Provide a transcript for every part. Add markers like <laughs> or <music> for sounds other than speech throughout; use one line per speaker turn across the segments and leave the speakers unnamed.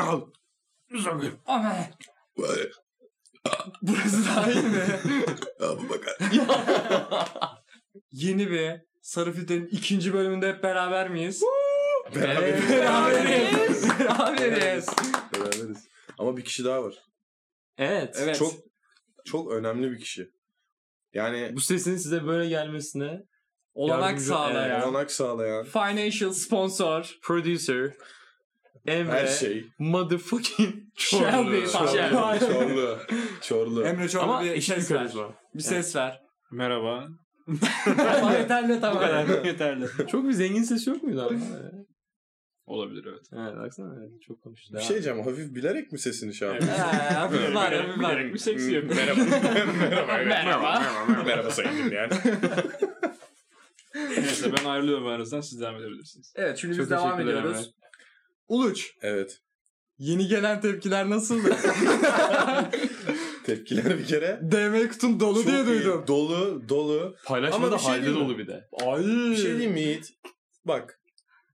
Al. Sokuyor.
Ama
Vay,
burası daha iyi mi? <laughs>
Abi bakar.
Yeni bir Sarı Filtre'nin ikinci bölümünde hep beraber miyiz?
Beraberiz.
Evet,
<laughs>
beraberiz. beraberiz.
Beraberiz. Ama bir kişi daha var.
Evet.
Evet.
Çok çok önemli bir kişi. Yani
Bu sesin size böyle gelmesine
Olanak
Yardımcı-
e,
sağlayan.
Evet.
olanak sağlayan
Financial sponsor.
producer Emre
her şey.
<laughs> motherfucking
Shelby.
Çorlu.
Shelby.
Çorlu.
Çorlu. Çorlu. Çorlu.
Emre Çorlu
Ama
bir
işin
ses ver.
karizma.
Bir ses ver.
Merhaba.
<laughs> Ama yeterli
Bu
tamam.
kadar.
<laughs> Yeterli.
Çok bir zengin ses yok muydu
<laughs>
ama? Evet,
Olabilir evet.
Evet, baksana evet, çok konuştu.
Bir
Devam.
şey diyeceğim. Hafif bilerek mi sesini şey yaptın?
Ha, Ee, hafif var, hafif var.
bir şey seksi yapıyor. <laughs>
merhaba.
Merhaba.
Merhaba. <laughs> Merhaba sayın
<laughs>
dinleyen.
Neyse ben ayrılıyorum aranızdan siz devam edebilirsiniz.
Evet şimdi biz
Çok
devam
teşekkürler
ediyoruz. Uluç.
Evet.
Yeni gelen tepkiler
<laughs>
nasıldı?
Tepkiler bir kere.
DM kutun dolu
Çok
diye
iyi.
duydum.
Dolu dolu.
Paylaşma
Ama
da
bir şey
halde
diyeyim mi?
dolu bir de.
Ay.
Bir şey diyeyim mi Yiğit? Bak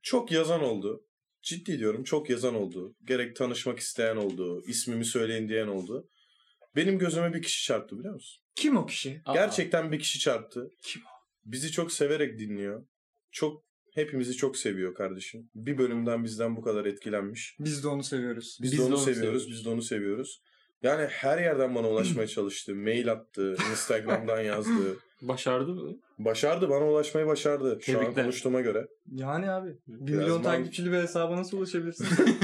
çok yazan oldu. Ciddi diyorum çok yazan oldu. Gerek tanışmak isteyen oldu. ismimi söyleyin diyen oldu. Benim gözüme bir kişi çarptı biliyor musun?
Kim o kişi?
Aa.
Gerçekten bir kişi çarptı.
Kim
Bizi çok severek dinliyor. Çok hepimizi çok seviyor kardeşim. Bir bölümden bizden bu kadar etkilenmiş.
Biz de onu seviyoruz.
Biz, de onu, seviyoruz, biz de onu seviyoruz. Yani her yerden bana ulaşmaya <clears throat> çalıştı. Mail attı, Instagram'dan <clears throat> yazdı.
Başardı mı?
Başardı, bana ulaşmayı başardı. Şu an
Tebrikler.
konuştuğuma göre.
Yani abi. 1
Biraz
milyon
mal-
takipçili bir hesaba nasıl ulaşabilirsin? <laughs>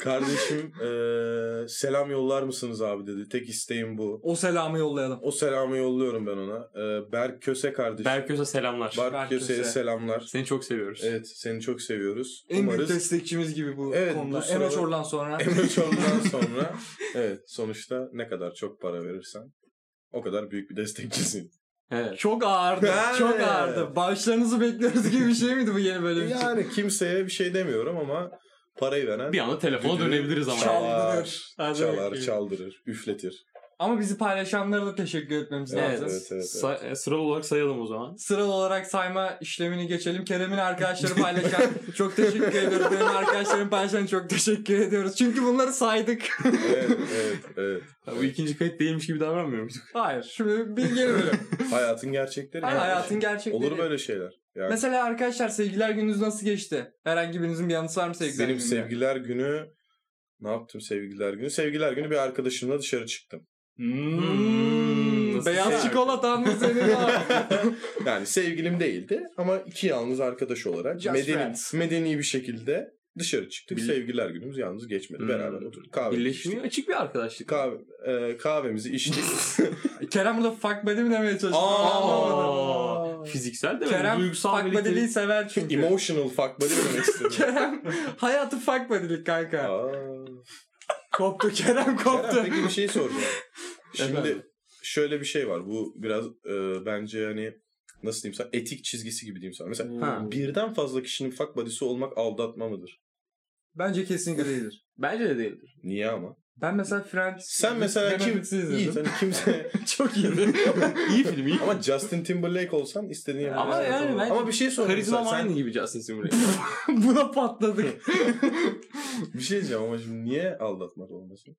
Kardeşim eee, selam yollar mısınız abi dedi. Tek isteğim bu.
o selamı yollayalım.
O selamı yolluyorum ben ona. Eee Berk Köse kardeşim. Berk,
Berköse selamlar.
Berk
Köse'ye
Köse.
selamlar.
Seni çok seviyoruz.
Evet seni çok seviyoruz.
En büyük
Umarız
destekçimiz gibi bu
Evet,
konuda.
bu sırada-
Emre Çor'dan sonra.
Emre Çorlu'dan sonra evet sonuçta ne kadar çok para verirsen o kadar büyük bir destekçisin.
<laughs>
Evet.
Çok ağırdı.
Yani.
Çok ağırdı. Bağışlarınızı bekliyoruz gibi bir şey miydi bu yeni bölüm için?
Yani kimseye bir şey demiyorum ama parayı veren
Bir anda telefona
Düdüğü
dönebiliriz ama.
çal-
Çaldırır. Hadi
çalar,
bakayım.
çaldırır, üfletir.
Ama bizi paylaşanlara da teşekkür etmemiz
Evet,
lazım.
evet, evet.
Sa- e, sıralı olarak sayalım o zaman.
Sıralı olarak sayma işlemini geçelim. Kerem'in arkadaşları paylaşan
<laughs>
çok teşekkür ediyoruz. Benim arkadaşlarım paylaşan çok teşekkür ediyoruz. Çünkü bunları saydık.
evet, evet, evet.
Ha, bu ikinci kayıt değilmiş gibi davranmıyor muyduk?
Hayır. Şimdi bir geri
<laughs>
bölüm.
Hayatın gerçekleri.
Hayır, hayatın gerçekleri.
Olur böyle şeyler. Yani
Mesela arkadaşlar sevgiler gününüz nasıl geçti? Herhangi birinizin bir anısı var mı sevgiler
Benim
gününe?
sevgiler günü ne yaptım sevgiler günü? Sevgiler günü bir arkadaşımla dışarı çıktım.
Hmm,
Nasıl
beyaz
sevgi?
çikolata mı
<laughs>
senin var?
Yani sevgilim değildi ama iki yalnız arkadaş olarak
Just
medeni,
friends.
medeni bir şekilde dışarı çıktık.
Bil-
sevgiler günümüz yalnız geçmedi.
Hmm.
Beraber oturduk. Kahve
Birleşmiyor.
içtik.
Açık bir arkadaşlık.
Kahve, e, kahvemizi
<laughs>
içtik. <laughs>
Kerem burada fuck buddy mi demeye çalıştı?
Aa!
Anlamadım.
Fiziksel de mi?
Kerem
Duygusal
fuck
birlikte- <laughs>
buddy'liği sever çünkü. <laughs>
Emotional fuck buddy demek istedim.
Kerem hayatı fuck buddy'lik kanka.
Aa.
Koptu Kerem koptu.
Kerem, Peki bir şey soracağım. Şimdi
<laughs> Efendim?
şöyle bir şey var. Bu biraz e, bence hani nasıl diyeyim sana etik çizgisi gibi diyeyim sana. Mesela
Ha.
birden fazla kişinin fuck buddy'si olmak aldatma mıdır?
Bence kesinlikle değildir.
Bence
<laughs>
de değildir.
Niye ama?
Ben mesela Friends
Sen mesela kim
Benedict'i izledim.
Yiğit, hani kimse
Çok iyiydi.
iyi film iyi.
ama Justin Timberlake olsan istediğin
Ya,
yapabilirsin.
Ama yani
Ama
ben
Ama bir şey sorayım
karizmam
sen, sen-
aynı gibi Justin Timberlake.
<laughs> Buna
<laughs>
patladık.
bir şey diyeceğim ama şimdi niye aldatmak olmasın?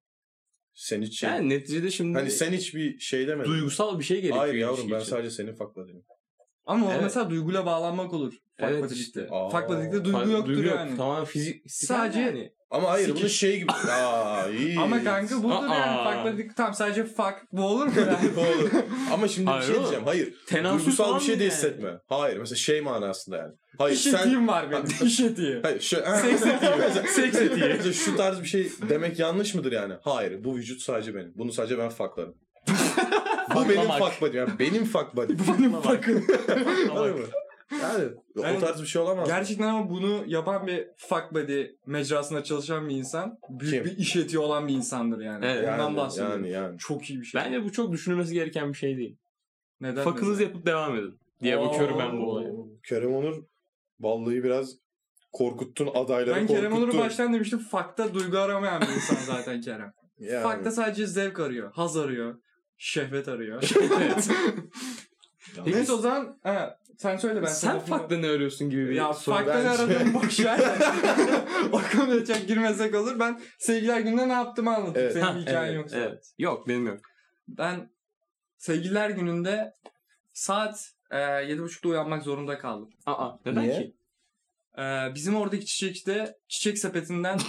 Sen hiç şey,
yani neticede şimdi
hani sen hiçbir şey demedin.
duygusal bir şey gerekiyor.
Hayır
ilişki
yavrum ben
için.
sadece senin fuck buddy'nim.
Ama o
Evet.
mesela duyguyla bağlanmak olur. Fuck
Evet
buddy'likte.
işte.
Aa.
Fuck buddy'likte duygu
Hayır,
yoktur
duygu yok.
yani.
Tamamen fizik. hani
Sadece-
yani.
Ama hayır
Sikiş.
bunu şey gibi. Aa
<laughs>
iyi.
Ama kanka budur yani.
Aa.
Fuck buddy'lik tam sadece fuck. Bu olur mu yani?
Doğru. Ama şimdi
Hayır
bir şey
oğlum.
diyeceğim. Hayır.
Tenasül
duygusal
falan
bir şey de
yani.
hissetme. Hayır mesela şey manasında yani. <laughs> Hayır
İş
sen
etiğim
<laughs>
var benim. İş etiği.
Hayır şu
<laughs>
<laughs>
Seks etiği.
Mesela-
Seks etiği.
Mesela şu tarz bir şey demek yanlış mıdır yani? Hayır. Bu vücut sadece benim. Bunu sadece ben
<laughs>
faklarım. bu benim
Faklamak.
fuck buddy. Yani benim fuck
<laughs>
buddy.
Benim fuck'ım.
Anladın mı? yani
Yani
o tarz bir şey olamaz. mı?
Gerçekten ama bunu yapan bir fuck buddy mecrasında çalışan bir insan büyük
Kim?
bir iş etiği olan bir insandır yani.
Evet.
Ondan
yani,
bahsediyorum.
yani yani.
Çok iyi bir şey.
Bence bu çok düşünülmesi gereken bir şey değil.
Neden?
Fakınızı yapıp devam edin. Diye bakıyorum ben bu <laughs> olaya.
Kerem Onur vallahi biraz korkuttun adayları
Ben
korkuttun.
Kerem Onur'u baştan demiştim. Fakta duygu aramayan bir
<laughs>
insan zaten Kerem.
Yani.
Fakta sadece zevk arıyor, haz arıyor, şehvet arıyor.
evet.
Neyse o zaman ha, sen söyle ben.
Sen
sana-
farklı ne arıyorsun gibi bir
Ya
soru.
farklı
Ee, bence.
aradım
<laughs>
boş ver. o konuya çok girmesek olur. Ben sevgililer gününde ne yaptığımı anlatayım.
Evet.
Senin
Ha,
hikayen
evet,
yoksa.
evet. Yok benim yok.
Ben sevgililer gününde saat e, 7.30'da uyanmak zorunda kaldım.
Aa neden
Niye?
ki?
E, bizim oradaki çiçekte
<laughs>
çiçek sepetinden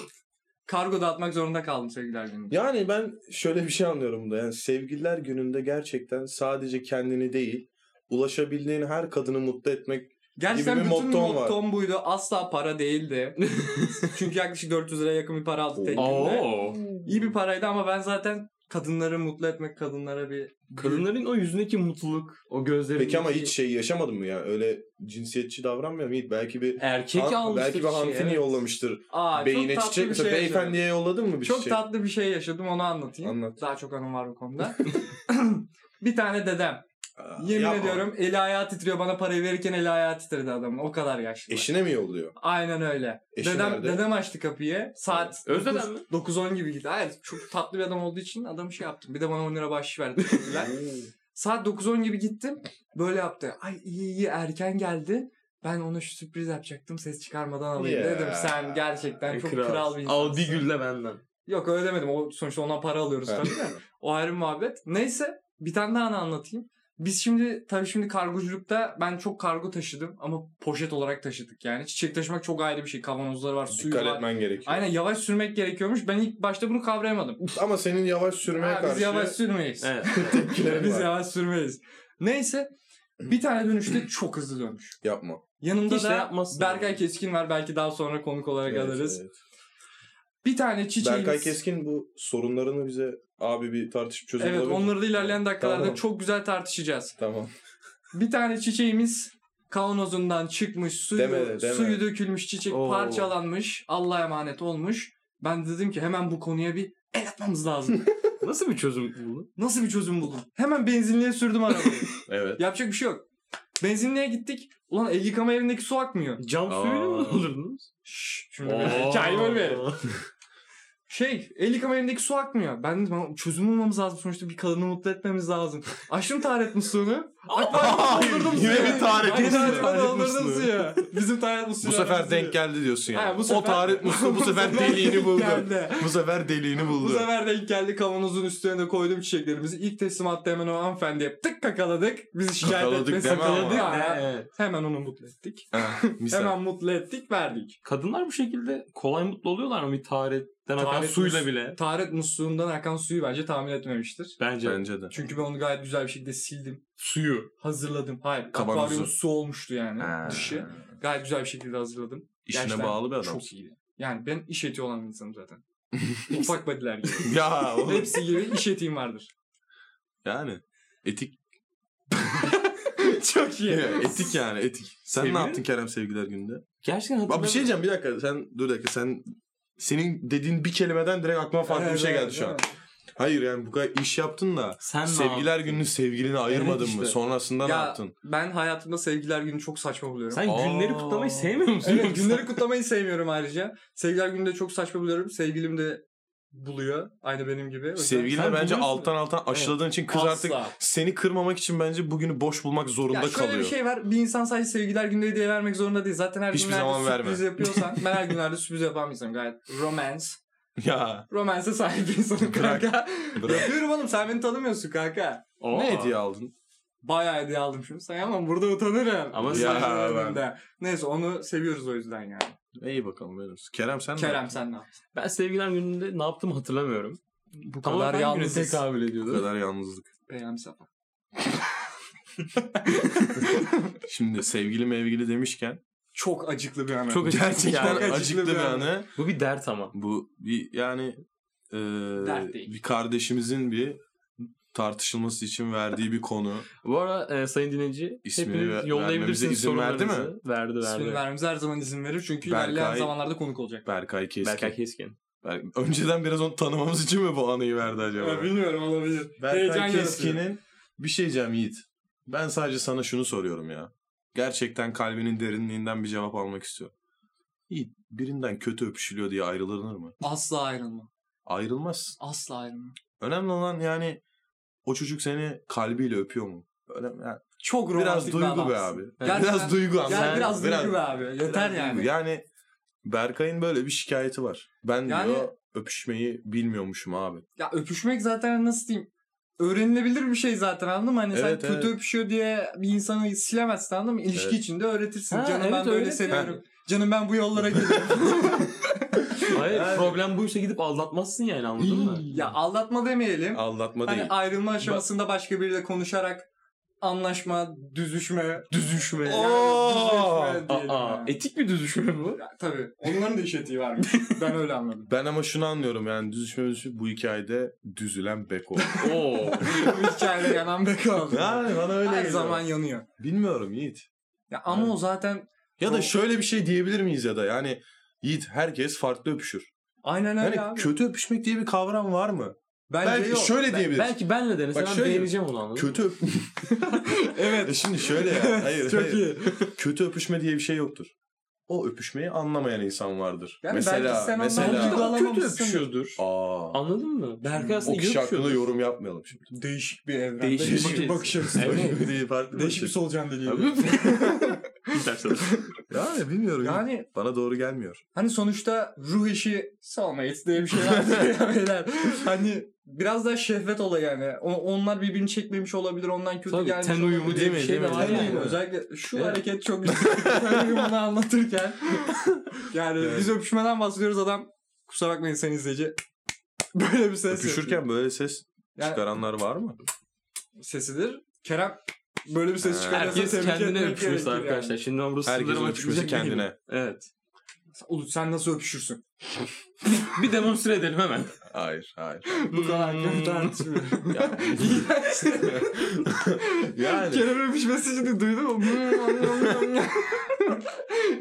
kargo dağıtmak zorunda kaldım sevgililer gününde.
Yani ben şöyle bir şey anlıyorum da yani sevgililer gününde gerçekten sadece kendini değil ulaşabildiğin her kadını mutlu etmek
Gerçekten
gibi bir
bütün
mottom var.
mottom buydu. Asla para değildi.
<laughs>
Çünkü yaklaşık 400 liraya yakın bir para aldık tek günde.
Oo.
İyi bir paraydı ama ben zaten kadınları mutlu etmek, kadınlara bir...
Kadınların o yüzündeki mutluluk, o gözlerindeki...
Peki ama hiç şey yaşamadın mı ya? Öyle cinsiyetçi davranmıyor mu? Hiç Belki bir
Erkek
Han-
almıştır
belki bir
çiçeği,
hanımefendi
evet.
yollamıştır.
şey, Aa, çok
Beyine
tatlı
çiçek.
bir
Mesela
şey yaşadım.
beyefendiye yolladın mı bir
Çok
çiçek?
tatlı bir şey yaşadım onu anlatayım.
Anlat.
Daha çok anım var bu
<laughs>
konuda. bir tane dedem.
Aa,
Yemin
yapma.
ediyorum eli ayağı titriyor. Bana parayı verirken eli ayağı titredi adamın. O kadar yaşlı.
Eşine mi yolluyor?
Aynen öyle.
Eşi
dedem
nerede?
dedem açtı kapıyı. Saat
Özleden mi?
9-10 gibi gitti. Hayır çok tatlı bir adam olduğu için adamı şey yaptım. Bir de bana 10 lira
<laughs>
bahşiş verdi. teşekkürler. Saat 9-10 gibi gittim. Böyle yaptı. Ay iyi iyi erken geldi. Ben ona şu sürpriz yapacaktım. Ses çıkarmadan alayım
Ya.
dedim. Sen gerçekten çok kral, bir insansın.
Al bir gülle benden.
Yok öyle demedim. O sonuçta ondan para alıyoruz
Evet.
tabii de. O ayrı bir muhabbet. Neyse bir tane daha anı anlatayım. Biz şimdi tabii şimdi kargoculukta ben çok kargo taşıdım ama poşet olarak taşıdık yani. Çiçek taşımak çok ayrı bir şey. Kavanozları var, suyu
Dikkat
var.
etmen gerekiyor.
Aynen yavaş sürmek gerekiyormuş. Ben ilk başta bunu kavrayamadım.
Ama senin yavaş sürmeye
Ha,
karşı
biz yavaş sürmeyiz.
Evet. <laughs>
tepkilerin
biz
var.
yavaş sürmeyiz. Neyse bir tane dönüşte çok hızlı dönmüş.
Yapma.
Yanımda
Hiç de
da
yapmazsın.
Berkay Keskin var. Belki daha sonra konuk olarak
Evet,
alırız.
evet.
Bir tane çiçeğimiz.
Berkay Keskin bu sorunlarını bize abi bir tartışıp çözüm
Evet
bulabilir misin?
onları da ilerleyen dakikalarda
Tamam.
çok güzel tartışacağız. <laughs>
Tamam.
Bir tane çiçeğimiz kavanozundan çıkmış, suyu,
Deme, deme.
suyu dökülmüş, çiçek
Oo.
parçalanmış, Allah'a emanet olmuş. Ben de dedim ki hemen bu konuya bir el
<laughs>
atmamız lazım.
Nasıl bir çözüm bu?
Nasıl bir çözüm buldum? Hemen benzinliğe sürdüm arabayı.
<laughs> Evet.
Yapacak bir şey yok. Benzinliğe gittik. Ulan el yıkama yerindeki su akmıyor.
Cam
Aa.
suyuyla mı <laughs> olurdunuz?
Şşş, şimdi böyle hikayeyi bölmeyelim. Şey, el yıkama yerindeki su akmıyor. Ben dedim "Lan çözüm bulmamız lazım. Sonuçta bir kadını mutlu etmez lazım. Açtım taharet musluğunu.
<laughs>
Akvaryumda doldurdum
Yine
suyu.
bir taharet
Aynı
musluğu.
taharetten
Taharet
doldurdum
musluğu.
suyu. Bizim taharet musluğu.
Bu sefer denk geldi diyorsun yani.
Ha, bu
o
sefer- <laughs>
tarih musluğu bu sefer deliğini buldu.
Geldi.
bu sefer deliğini buldu.
Bu sefer denk geldi kavanozun üstüne de koydum çiçeklerimizi. İlk teslimatta hemen o hanımefendiye tık kakaladık. Bizi şikayet
Kakaladık
etmesi
deme ama.
kakaladı ya.
Evet.
Hemen onu mutlu ettik.
Ha, misal.
Hemen mutlu ettik verdik.
Kadınlar bu şekilde kolay mutlu oluyorlar mı bir taharetten akan
Taharet
suyla
mus-
bile?
Taharet musluğundan akan suyu bence tahmin etmemiştir.
Bence.
Bence de.
Çünkü ben onu gayet güzel bir şekilde sildim.
Suyu.
Hazırladım. Hayır.
Kavanozu.
Akvaryum su olmuştu yani.
Ha.
Dışı. Gayet güzel bir şekilde hazırladım.
İşine
Gerçekten
bağlı bir adam.
Çok iyiydi. Yani ben iş eti olan bir
<laughs>
insanım zaten. Ufak badiler gibi.
ya oğlum.
Hepsi gibi iş etiğim vardır.
yani. <laughs> Etik.
Çok iyi.
Ya, etik yani etik. Sen
Sevgili-
ne yaptın Kerem sevgiler gününde?
Gerçekten
Bak
hatırlamıyorum.
bir şey diyeceğim bir dakika. Sen dur bir dakika. Sen senin dediğin bir kelimeden direkt aklıma farklı
Evet,
bir şey
evet,
geldi şu an.
evet.
Hayır yani bu kadar iş yaptın da
Sen ne
sevgiler
yaptın?
gününü sevgilini ayırmadın
işte.
mı? Sonrasında ne
Ya,
yaptın?
Ben hayatımda sevgiler günü çok saçma buluyorum.
Sen
Aa.
günleri kutlamayı sevmiyor musun?
Evet,
yoksa?
günleri kutlamayı sevmiyorum ayrıca. Sevgiler günü de çok saçma buluyorum. Sevgilim de buluyor. Aynı benim gibi. O yüzden-
Sevgiline
sen
bence
biliyorsun.
alttan alttan aşıladığın için kız
Asla.
artık seni kırmamak için bence bugünü boş bulmak
Ya
zorunda
şöyle
kalıyor.
bir şey var. Bir insan sadece sevgiler günü hediye vermek zorunda değil. Zaten her
Hiçbir
günlerde
zaman
sürpriz yapıyorsan.
<laughs>
ben her günlerde sürpriz yapan bir insanım. Gayet romance.
Ya
Romansa sahip bir insanım
Bırak.
kanka.
bırak.
Yapıyorum oğlum sen beni tanımıyorsun kanka.
Aa.
ne hediye aldın?
Bayağı hediye aldım şimdi sayamam burada utanırım.
Ama
Saygı
Ya ben-
önünde. Neyse onu seviyoruz o yüzden yani.
İyi bakalım veririz. Kerem sen ne?
Kerem sen ne yaptın?
Ben sevgiler gününde ne yaptığımı hatırlamıyorum. Bu
kadar yalnızız.
tekabül
Bu
ediyordu.
kadar yalnızlık.
Peyami Safa.
Şimdi sevgili mevgili demişken
Çok acıklı bir anı.
Çok acı-
gerçekten
Çok
acıklı, bir anı.
Bu bir dert ama.
Bu bir yani e,
Dert değil.
bir kardeşimizin bir tartışılması için verdiği bir konu.
Bu arada e, sayın dinleyici
İsmini
hepiniz
ver- vermemize
yollayabilirsiniz
izin verdi mi?
sorularınızı. Verdi
İsmini
verdi.
vermemize her zaman izin verir çünkü
Berkay-
ilerleyen zamanlarda konuk olacak.
Berkay Keskin.
Berkay Keskin.
Ber- Önceden biraz onu tanımamız için mi bu anıyı verdi acaba?
bilmiyorum olabilir.
Berkay
yaratıyor.
Keskin'in bir şey diyeceğim Yiğit. Ben sadece sana şunu soruyorum ya. Gerçekten kalbinin derinliğinden bir cevap almak istiyorum. Yiğit birinden kötü öpüşülüyor diye ayrılır mı?
Asla ayrılma.
Ayrılmaz.
Asla ayrılma.
Önemli olan yani o çocuk seni kalbiyle öpüyor mu? önemli. Yani
Çok
biraz
romantik bir
duygu be
adamsın.
abi.
Gerçekten-
biraz duygu ama.
Yani
Sen-
biraz duygu be abi. Yeter
biraz
yani.
duygu. Yani Berkay'ın böyle bir şikayeti var. Ben
Yani-
diyor öpüşmeyi bilmiyormuşum abi.
Ya öpüşmek zaten nasıl diyeyim? Öğrenilebilir bir şey zaten anladın mı? Hani
Evet,
sen kötü
evet.
öpüşüyor diye bir insanı silemezsin anladın mı? İlişki
Evet.
içinde öğretirsin.
Ha,
Canım
evet,
ben böyle
öyle.
seviyorum. Canım ben bu
<laughs>
yollara gidiyorum.
Hayır
Yani-
problem buysa gidip aldatmazsın yani anladın mı?
ya aldatma demeyelim.
Aldatma
hani
değil.
ayrılma aşamasında başka biriyle konuşarak anlaşma, düzüşme. Düzüşme. Yani
Oo!
düzleşme diyelim
Aa,
yani.
etik bir düzüşme bu.
Ya, tabii. Onların da iş etiği
<laughs>
varmış. ben öyle anladım.
Ben ama şunu anlıyorum yani düzüşme düzüşme bu hikayede düzülen Beko.
<laughs>
<laughs>
Oo.
bu hikayede yanan be kaldı.
yani bana öyle
Her
geliyor.
zaman yanıyor.
Bilmiyorum Yiğit.
Ya ama
Evet.
o zaten
Ya da
Çok-
şöyle bir şey diyebilir miyiz ya da yani Yiğit herkes farklı öpüşür.
aynen öyle
Yani
Hani
abi.
kötü öpüşmek diye bir kavram var mı?
Bence
Belki
yok.
şöyle diyebiliriz.
Belki benle denesen
Bak
ben
şöyle-
beğeneceğim onu anladın mı? <laughs>
Kötü öp... evet. şimdi şöyle ya. Hayır,
Çok
hayır.
iyi.
Kötü öpüşme diye bir şey yoktur. O öpüşmeyi anlamayan insan vardır.
Yani
mesela
belki sen
mesela
Belki de
anlamadın.
aa,
o kötü
Alamamışsın.
öpüşüyordur. Anladın mı? Berkay
o
aslında iyi
kişi hakkında
öpüşüyordur.
yorum yapmayalım şimdi.
Değişik bir evren.
Değişik
Değişik,
bir şey.
bir bakış açısı.
Evet.
Değil, farklı bir
Değişik bir
şey.
solucan deliği.
Yani bilmiyorum. Yani...
Yani
Bana doğru gelmiyor.
hani sonuçta ruh işi soulmates diye bir şey
<laughs>
var ya beyler. Hani biraz daha şehvet olayı yani. O- onlar birbirini çekmemiş olabilir. Ondan kötü
Tabii,
gelmiş
ten uyumu
olabilir.
değil mi?
Şey
Değil mi?
de var
Ten
yani.
uyumu.
Özellikle şu
Evet.
hareket çok güzel. <laughs> ten uyumunu
<laughs>
anlatırken. Yani
Evet.
biz öpüşmeden bahsediyoruz adam. Kusura bakmayın sen izleyici. <laughs> Böyle bir ses yapıyor.
Öpüşürken böyle ses
Yani-
çıkaranlar var mı?
sesidir. Kerem böyle bir ses
Ha.
çıkarırsa
<laughs> Herkes
tebrik
kendine
etmek gerekir
öpüşmesi
yani.
arkadaşlar. Şimdi ben burası
Herkesin
sınırlamak
öpüşmesi
isteyecek değilim.
kendine.
Evet.
Ulu sen nasıl öpüşürsün?
Bir demonstre edelim <laughs> hemen.
Hayır, hayır.
Bu kadar
Hmm.
kötü
<laughs>
tartışmıyor.
Ya,
<laughs>
yani
Kerem öpüşmesi şimdi duydun mu? hmm, <laughs>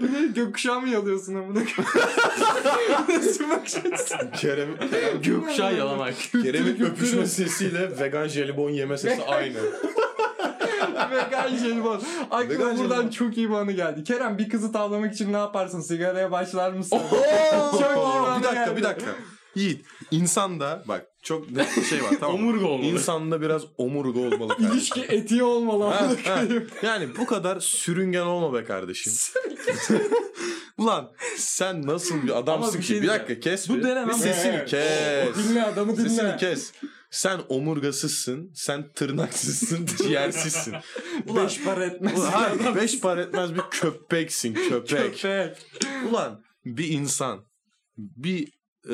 Yine hmm, gökkuşağı mı yalıyorsun amına
<laughs>
koyayım? Nasıl bakış açısı?
Kerem,
Gökşah yalamak.
Kerem'in
<laughs>
öpüşme sesiyle vegan jelibon yeme sesi aynı.
Vegan jelibon.
Vegan
şey Aklıma buradan
jelibon.
çok iyi bir anı geldi. Kerem bir kızı tavlamak için ne yaparsın? Sigaraya başlar mısın?
Oh.
Çok iyi bana
bir dakika,
geldi.
bir dakika. Yiğit, insanda bak çok net bir şey var tamam mı?
Omurga olmalı.
İnsanda biraz omurga
<laughs>
olmalı kardeşim.
İlişki etiği olmalı
Ha,
amına
ha.
koyayım.
Yani bu kadar sürüngen olma be
<laughs>
kardeşim. Ulan sen nasıl bir adamsın
bir
ki?
şey
bir
diyeceğim.
dakika kes
Bu
bir.
denen
Bir
ama-
sesini
Evet.
kes.
Dinle adamı dinle.
Sesini kes. Sen omurgasızsın, sen tırnaksızsın, <laughs> ciğersizsin. Ulan,
Beş para etmez.
ulan hayır, beş para etmez bir köpeksin,
<laughs>
köpek.
Köpek.
Ulan bir insan bir e,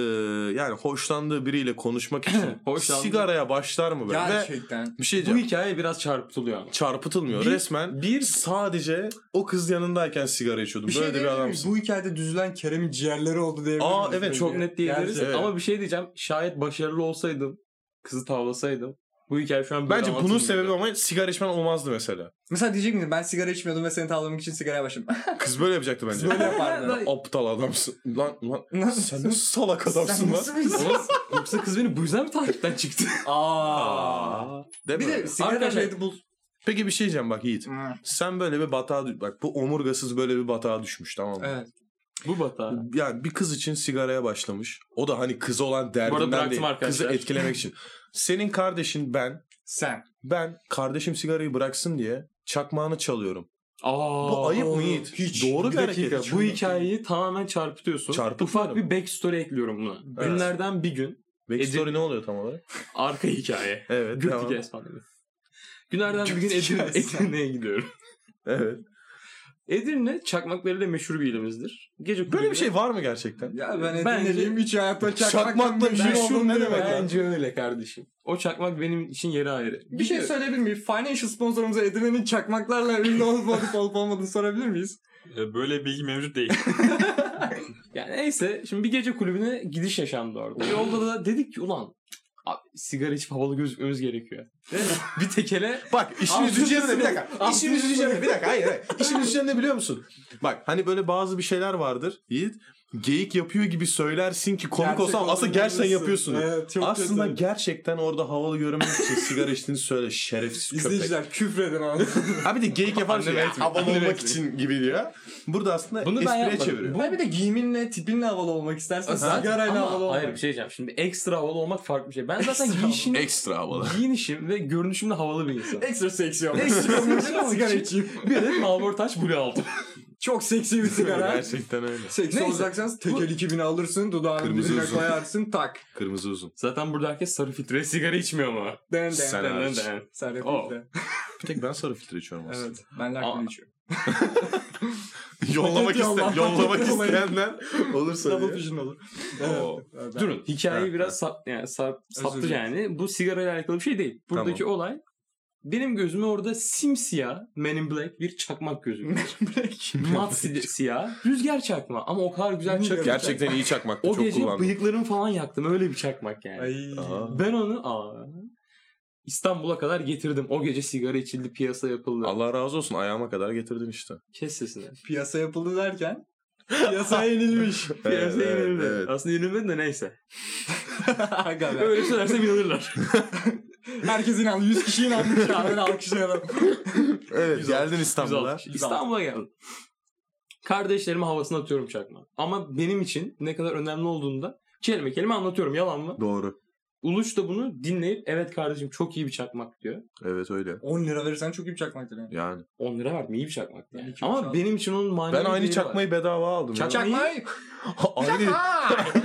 yani hoşlandığı biriyle konuşmak için
<laughs>
Hoşlandığı-
sigaraya başlar mı böyle? Ve
Gerçekten.
bir şey
Bu
diyeceğim.
hikaye biraz çarpıtılıyor ama.
Çarpıtılmıyor.
Bir-
Resmen bir sadece o kız yanındayken sigara içiyordum.
Bir şey
böyle de bir
diyebilir miyim?
adamsın.
Bu hikayede düzülen Kerem'in ciğerleri oldu diyebilir
Aa,
miyiz
evet,
peki?
çok
Çok net diyebiliriz.
Gerçekten.
Evet.
Ama bir şey diyeceğim. Şayet başarılı olsaydım, kızı tavlasaydım. Bu hikaye şu an böyle
Bence bunun
anlatılmıyordu.
sebebi ama sigara içmen olmazdı mesela.
Mesela diyecek miydin ben sigara içmiyordum ve seni tavlamak için sigaraya başladım.
Kız böyle yapacaktı bence.
<laughs> Böyle yapardı.
Aptal adamsın. Lan lan
Nasıl-
sen nasıl salak adamsın
<laughs> Sen
lan.
nasıl bir-
Oğlum, Yoksa kız beni bu yüzden mi takipten çıktı?
Aa.
Aa. Değil
Bir
mi?
de sigara
Arkadaşlar-
Red Bull.
Peki bir şey diyeceğim bak Yiğit. Sen böyle bir batağa düş- bak bu omurgasız böyle bir batağa düşmüş tamam mı?
Evet.
bu batağı.
Yani bir kız için sigaraya başlamış. O da hani kız olan derdinden
bıraktım
değil.
arkadaşlar.
Kızı etkilemek
<laughs>
için. Senin kardeşin ben.
Sen.
Ben kardeşim sigarayı bıraksın diye çakmağını çalıyorum.
Aa,
Bu ayıp
doğru.
mı Yiğit?
Hiç.
Doğru bir,
Bir
hareket.
dakika. Bu hikayeyi tamamen çarpıtıyorsun.
Çarpıtmıyorum.
Ufak bir backstory ekliyorum buna.
Evet.
Günlerden bir gün
Backstory ne oluyor tam olarak? <laughs>
arka hikaye.
Evet.
Good
tamam.
tamam. falan. Günlerden bir gün
Good
Edirne,
guess.
Edirne'ye gidiyorum.
Evet.
Edirne çakmaklarıyla meşhur bir ilimizdir. Gece
Böyle
kulübüne-
bir şey var mı gerçekten?
Ya ben
Bence-
edineliyim hiç hayatta
Çakmakla
çakmakla bir
meşhur ne
şey ne
demek lan?
Bence öyle kardeşim. O çakmak benim için yeri ayrı.
Bir şey söyleyebilir miyim? Financial sponsorumuza Edirne'nin çakmaklarla ünlü olup olup olup olmadığını sorabilir miyiz?
Ee, Böyle bilgi mevcut değil.
Yani neyse şimdi bir gece kulübüne gidiş yaşandı orada. Yolda da dedik ki ulan abi, sigara içip havalı gözükmemiz gerekiyor.
<laughs>
Ve bir tekele
Bak işin
Altın
üzücü yanı ne bir dakika.
Ah,
sınıf.
İşin
Altın
üzücü yanı ne bir dakika. Hayır hayır. İşin üzücü yanı ne biliyor musun? Bak hani böyle bazı bir şeyler vardır Yiğit. geyik yapıyor gibi söylersin ki komik
Gerçek
olsa ama aslında
olduğunu
gerçekten
bilirsin.
yapıyorsun.
Evet, çok
aslında
kötü.
gerçekten orada havalı görünmek için sigara içtiğini söyle şerefsiz köpek.
İzleyiciler küfredin <laughs> abi.
Ha bir de geyik yapar
Anneme
şey
etmeyin,
havalı
anneme
olmak
etmeyin.
için gibi diyor. Burada aslında
Bunu ben
espriye
yapmadım.
çeviriyor.
Bu... bir de giyiminle, tipinle havalı olmak istersen sigarayla havalı olmak.
Hayır bir şey diyeceğim. Şimdi ekstra havalı olmak farklı bir şey. Ben zaten
Ekstra
giyişim,
Ekstra
<laughs>
havalı.
giyinişim ve görünüşümle havalı bir insanım.
şey- Ekstra seksi olmak.
Ekstra
<laughs> Ekstra
seksi olmak
sigara
için.
içeyim.
bir adet Malboro Taş Blue aldım.
Çok seksi bir sigara.
Gerçekten öyle.
seksi
Neyse.
olacaksan tekel 2000 alırsın, dudağının
Kırmızı
dibine
uzun.
koyarsın, tak.
Kırmızı uzun.
Zaten burada herkes sarı filtre sigara içmiyor ama.
Den den.
Sen-
Den, den,
hariç.
den.
Sen de
Oh.
filtre.
Bir tek ben sarı filtre içiyorum aslında.
Evet. Ben lakin
Aa.
içiyorum.
<laughs> yollamak
Paket yolla,
iste yollamak
paket yolla.
isteyenler olursa
Double
diye.
vision olur.
Oo.
Evet. Ben-
Durun hikayeyi
Ha,
biraz sap, yani sap, saptı
dilerim.
yani. Bu sigarayla alakalı bir şey değil. Buradaki olay benim gözüme orada simsiyah Men in Black bir çakmak gözüküyor.
<laughs>
Mat si- siyah rüzgar çakma ama o kadar güzel
Rüzgar
çakmak.
Gerçekten iyi çakmak
O
çok
gece
kullandım.
bıyıklarımı falan yaktım öyle bir çakmak
<laughs>
yani.
Ay.
Aha.
Ben onu aa, İstanbul'a kadar getirdim. O gece sigara içildi piyasa yapıldı.
Allah razı olsun ayağıma kadar getirdin işte.
Kes sesini.
Piyasa yapıldı derken piyasaya yenilmiş.
<laughs> Piyasa
evet,
yenildi.
evet.
Aslında yenilmedi de neyse.
<laughs> Aga be.
Öyle söylerse
<laughs>
inanırlar.
Herkes inan. 100 kişi inanmış abi. Ben alkışlayalım.
Evet
Güzel,
geldin İstanbul'a.
Güzel. İstanbul'a geldim. Kardeşlerime havasını atıyorum çakma. Ama benim için ne kadar önemli olduğunu da kelime kelime anlatıyorum. Yalan mı?
Doğru.
Uluç da bunu dinleyip evet kardeşim çok iyi bir çakmak diyor.
Evet öyle.
10 lira verirsen çok iyi bir çakmaktır yani.
Yani.
10 lira verdim iyi bir çakmak.
Ben
Yani.
iki
Ama
uçağı-
benim için onun manevi
Ben aynı
değeri var.
çakmayı bedava aldım. ya.
Çakma-
Çakmayı.
<laughs> aynı,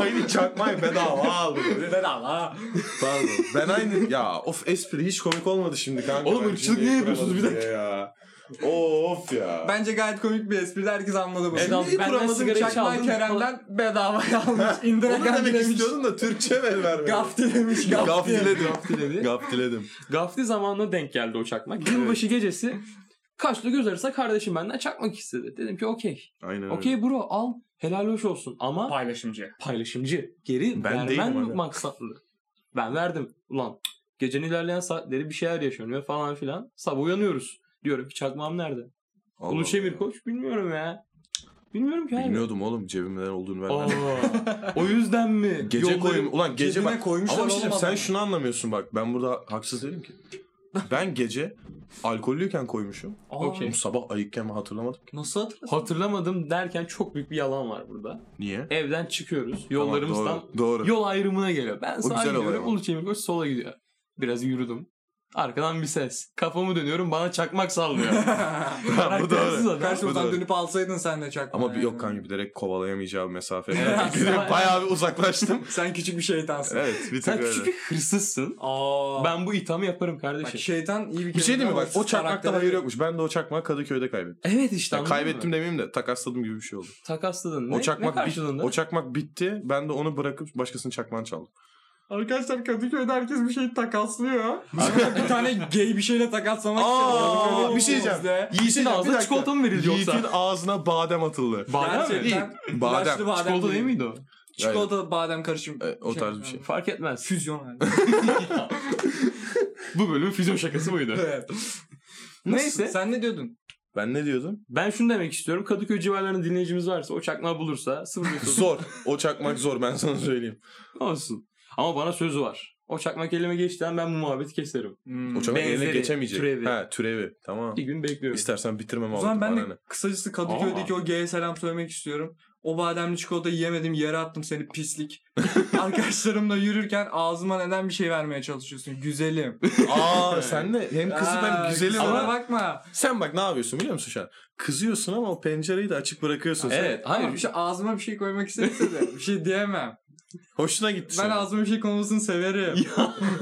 aynı çakmayı bedava aldım.
Bedava.
Pardon. Ben aynı... Ya of espri hiç komik olmadı şimdi kanka.
Oğlum,
Ben
ırkçılık
cümleyi
niye yapıyorsunuz? Bir
kuramadım Ya. Of ya.
Bence gayet komik bir espri. Herkes anladı bunu.
Evet,
Cümleyi
aldım. Ben- ben
kuramadım,
sigara
çakma-
içen-
Çakmayı
Çaldım
Kerem'den bedavaya almış. İndire
Onu demek
gaftilemiş.
istiyordum da Türkçe ver vermedi.
Gaftilemiş. Gaftilemiş.
Gaftiledim. <laughs>
Dedi.
Gaftiledim.
Gafti zamanına denk geldi o çakmak. Yılbaşı gecesi kaşlı göz arası kardeşim benden çakmak istedi. Dedim ki okey.
Aynen öyle.
Okey bro al helal hoş olsun ama
Paylaşımcı.
paylaşımcı. Geri
Ben değilim abi.
vermen maksatlı. Ben verdim. Ulan gecenin ilerleyen saatleri bir şeyler yaşanıyor falan filan. Sabah uyanıyoruz. Diyorum ki çakmağım nerede?
Allah
Uluç
Allah.
Emir Koç bilmiyorum ya. Bilmiyorum ki abi.
Bilmiyordum oğlum cebimden olduğunu ben.
Aa,
nereden-
o yüzden mi?
Gece
Yolları-
koyayım. Ulan gece
Cebine
bak.
koymuşlar
Ama bir şey diyeceğim,
oğlum
sen
adamı.
şunu anlamıyorsun bak. Ben burada haksız değilim
<laughs>
ki. Ben gece alkollüyken koymuşum.
Aa,
Okey.
Bu sabah ayıkken ben hatırlamadım ki.
Nasıl <laughs> hatırladın?
Hatırlamadım derken çok büyük bir yalan var burada.
Niye?
Evden çıkıyoruz.
Tamam,
Yollarımızdan
doğru. doğru. <laughs>
yol ayrımına geliyor. Ben sağa
güzel olay
gidiyorum.
ama.
Ulu Çemirkoç sola gidiyor. Biraz yürüdüm. Arkadan bir ses. Kafamı dönüyorum bana
<laughs>
çakmak sallıyor.
Ha, bu
Karaktersiz
doğru.
adam.
Karşımızdan
Bu da-
dönüp alsaydın sen de çakma.
Ama bir
yani.
yok kanka bilerek kovalayamayacağı
<laughs>
mesafe.
Evet.
Bilerek <laughs> Bayağı bir uzaklaştım.
<laughs> Sen küçük bir şeytansın.
evet bir
Sen
tık
küçük
öyle.
bir hırsızsın.
Aa.
Ben bu ithamı yaparım
Bak
kardeşim.
şeytan iyi bir kelime
Bir şey değil mi
ama
bak o çakmakta
karaktere-
hayır yokmuş. Ben de o çakmağı Kadıköy'de kaybettim.
Evet işte
Ya
anladın
kaybettim
mı?
demeyeyim de takasladım gibi bir şey oldu.
Takasladın. Ne,
o çakmak
ne
bit-
karşılığında?
o çakmak bitti. Ben de onu bırakıp başkasının çakmağını çaldım.
Arkadaşlar Kadıköy'de herkes bir şey takaslıyor. bir tane gay bir şeyle takatlamak
Aa,
istiyorum. Öyle
bir şey
olsun
diyeceğim.
bizde.
<laughs> Yiğit'in ağzına çikolata mı verildi
Yiğit'in
yoksa?
ağzına badem atıldı.
Badem mi?
Gerçekten
Badem.
ilaçlı badem.
Çikolata değil miydi o?
Çikolata badem karışım.
E, o tarz bir şey.
Fark etmez.
Füzyon halinde.
<laughs> bu bölümün füzyon şakası mıydı?
<laughs> Evet.
Neyse.
Sen ne diyordun?
Ben ne diyordum?
Ben şunu demek istiyorum. Kadıköy civarlarında dinleyicimiz varsa o çakmağı bulursa 0530
Zor. O çakmak zor ben sana söyleyeyim.
Olsun. Ama bana sözü var. O çakmak elime geçtiğinden ben bu muhabbeti keserim.
Hmm.
O çakmak eline
Benzeri,
geçemeyecek.
türevi.
Ha türevi. Tamam.
Bir gün bekliyorum.
İstersen bitirmem
O
abi.
zaman ben de kısacası Kadıköy'deki
Aa.
o gay'e selam söylemek istiyorum. O bademli çikolatayı yemedim yere attım seni pislik. Arkadaşlarımla yürürken ağzıma neden bir şey vermeye çalışıyorsun? Güzelim.
<laughs>
Aa sen de hem kızıp
Aa,
hem güzelim
kusura
ama.
bakma.
Sen bak ne yapıyorsun biliyor musun şu an? Kızıyorsun ama o pencereyi de açık bırakıyorsun sen.
Evet.
Hayır.
Hayır.
bir şey, ağzıma bir şey koymak istese de bir şey diyemem.
Hoşuna gitti
Ben
senin.
ağzıma bir şey konmasını severim.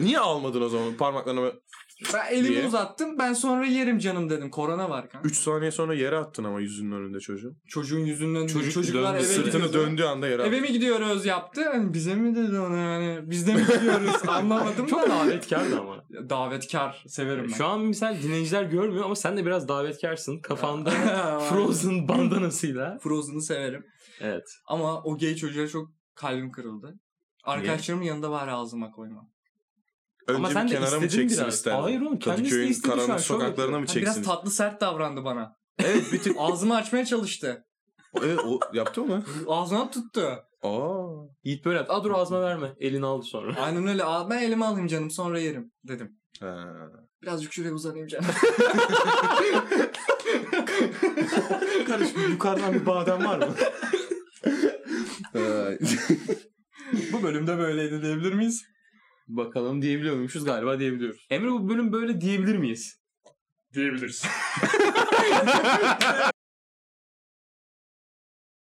Niye almadın o zaman parmaklarına böyle
ben elimi
Niye?
uzattım ben sonra yerim canım dedim. Korona var kanka.
3 saniye sonra yere attın ama yüzünün önünde çocuğu.
Çocuğun yüzünün önünde.
Çocuk
Çocuklar
döndü,
eve
Sırtını
gidiyordu.
döndüğü anda yere attın.
Eve mi gidiyoruz yaptı. Hani bize mi dedi onu yani. Biz de mi
<laughs>
gidiyoruz anlamadım
Çok
da.
davetkardı
<laughs>
ama.
Davetkar severim ben. <laughs>
Şu an misal dinleyiciler görmüyor ama sen de biraz davetkarsın.
<laughs>
Kafanda Frozen bandanasıyla.
Frozen'ı severim.
Evet.
Ama o gay çocuğa çok kalbim kırıldı. Arkadaşlarımın yanında var ağzıma koyma.
Önce
Ama
bir
sen de
kenara mı
istedin
çeksin
biraz.
isterdin?
Hayır oğlum, kendisi de
Kadıköy'ün
istedi şu an,
karanlık
şov yapıyor.
sokaklarına mı
Yani biraz
çeksin?
tatlı sert davrandı bana.
evet bir tık
Ağzımı açmaya çalıştı.
Evet, o yaptı
<laughs>
mı?
Ağzına tuttu.
Aa.
Yiğit böyle yaptı. Aa dur ağzıma verme. Elini aldı sonra.
Aynen öyle. Aa, ben elime alayım canım sonra yerim dedim.
Ha.
Birazcık şuraya uzanayım canım.
Kardeşim yukarıdan bir badem var mı?
<laughs> Ee,
<laughs> Bu bölümde böyleydi diyebilir miyiz?
Bakalım diyebiliyor muymuşuz? Galiba diyebiliyoruz. Emre bu bölüm böyle diyebilir miyiz?
Diyebiliriz.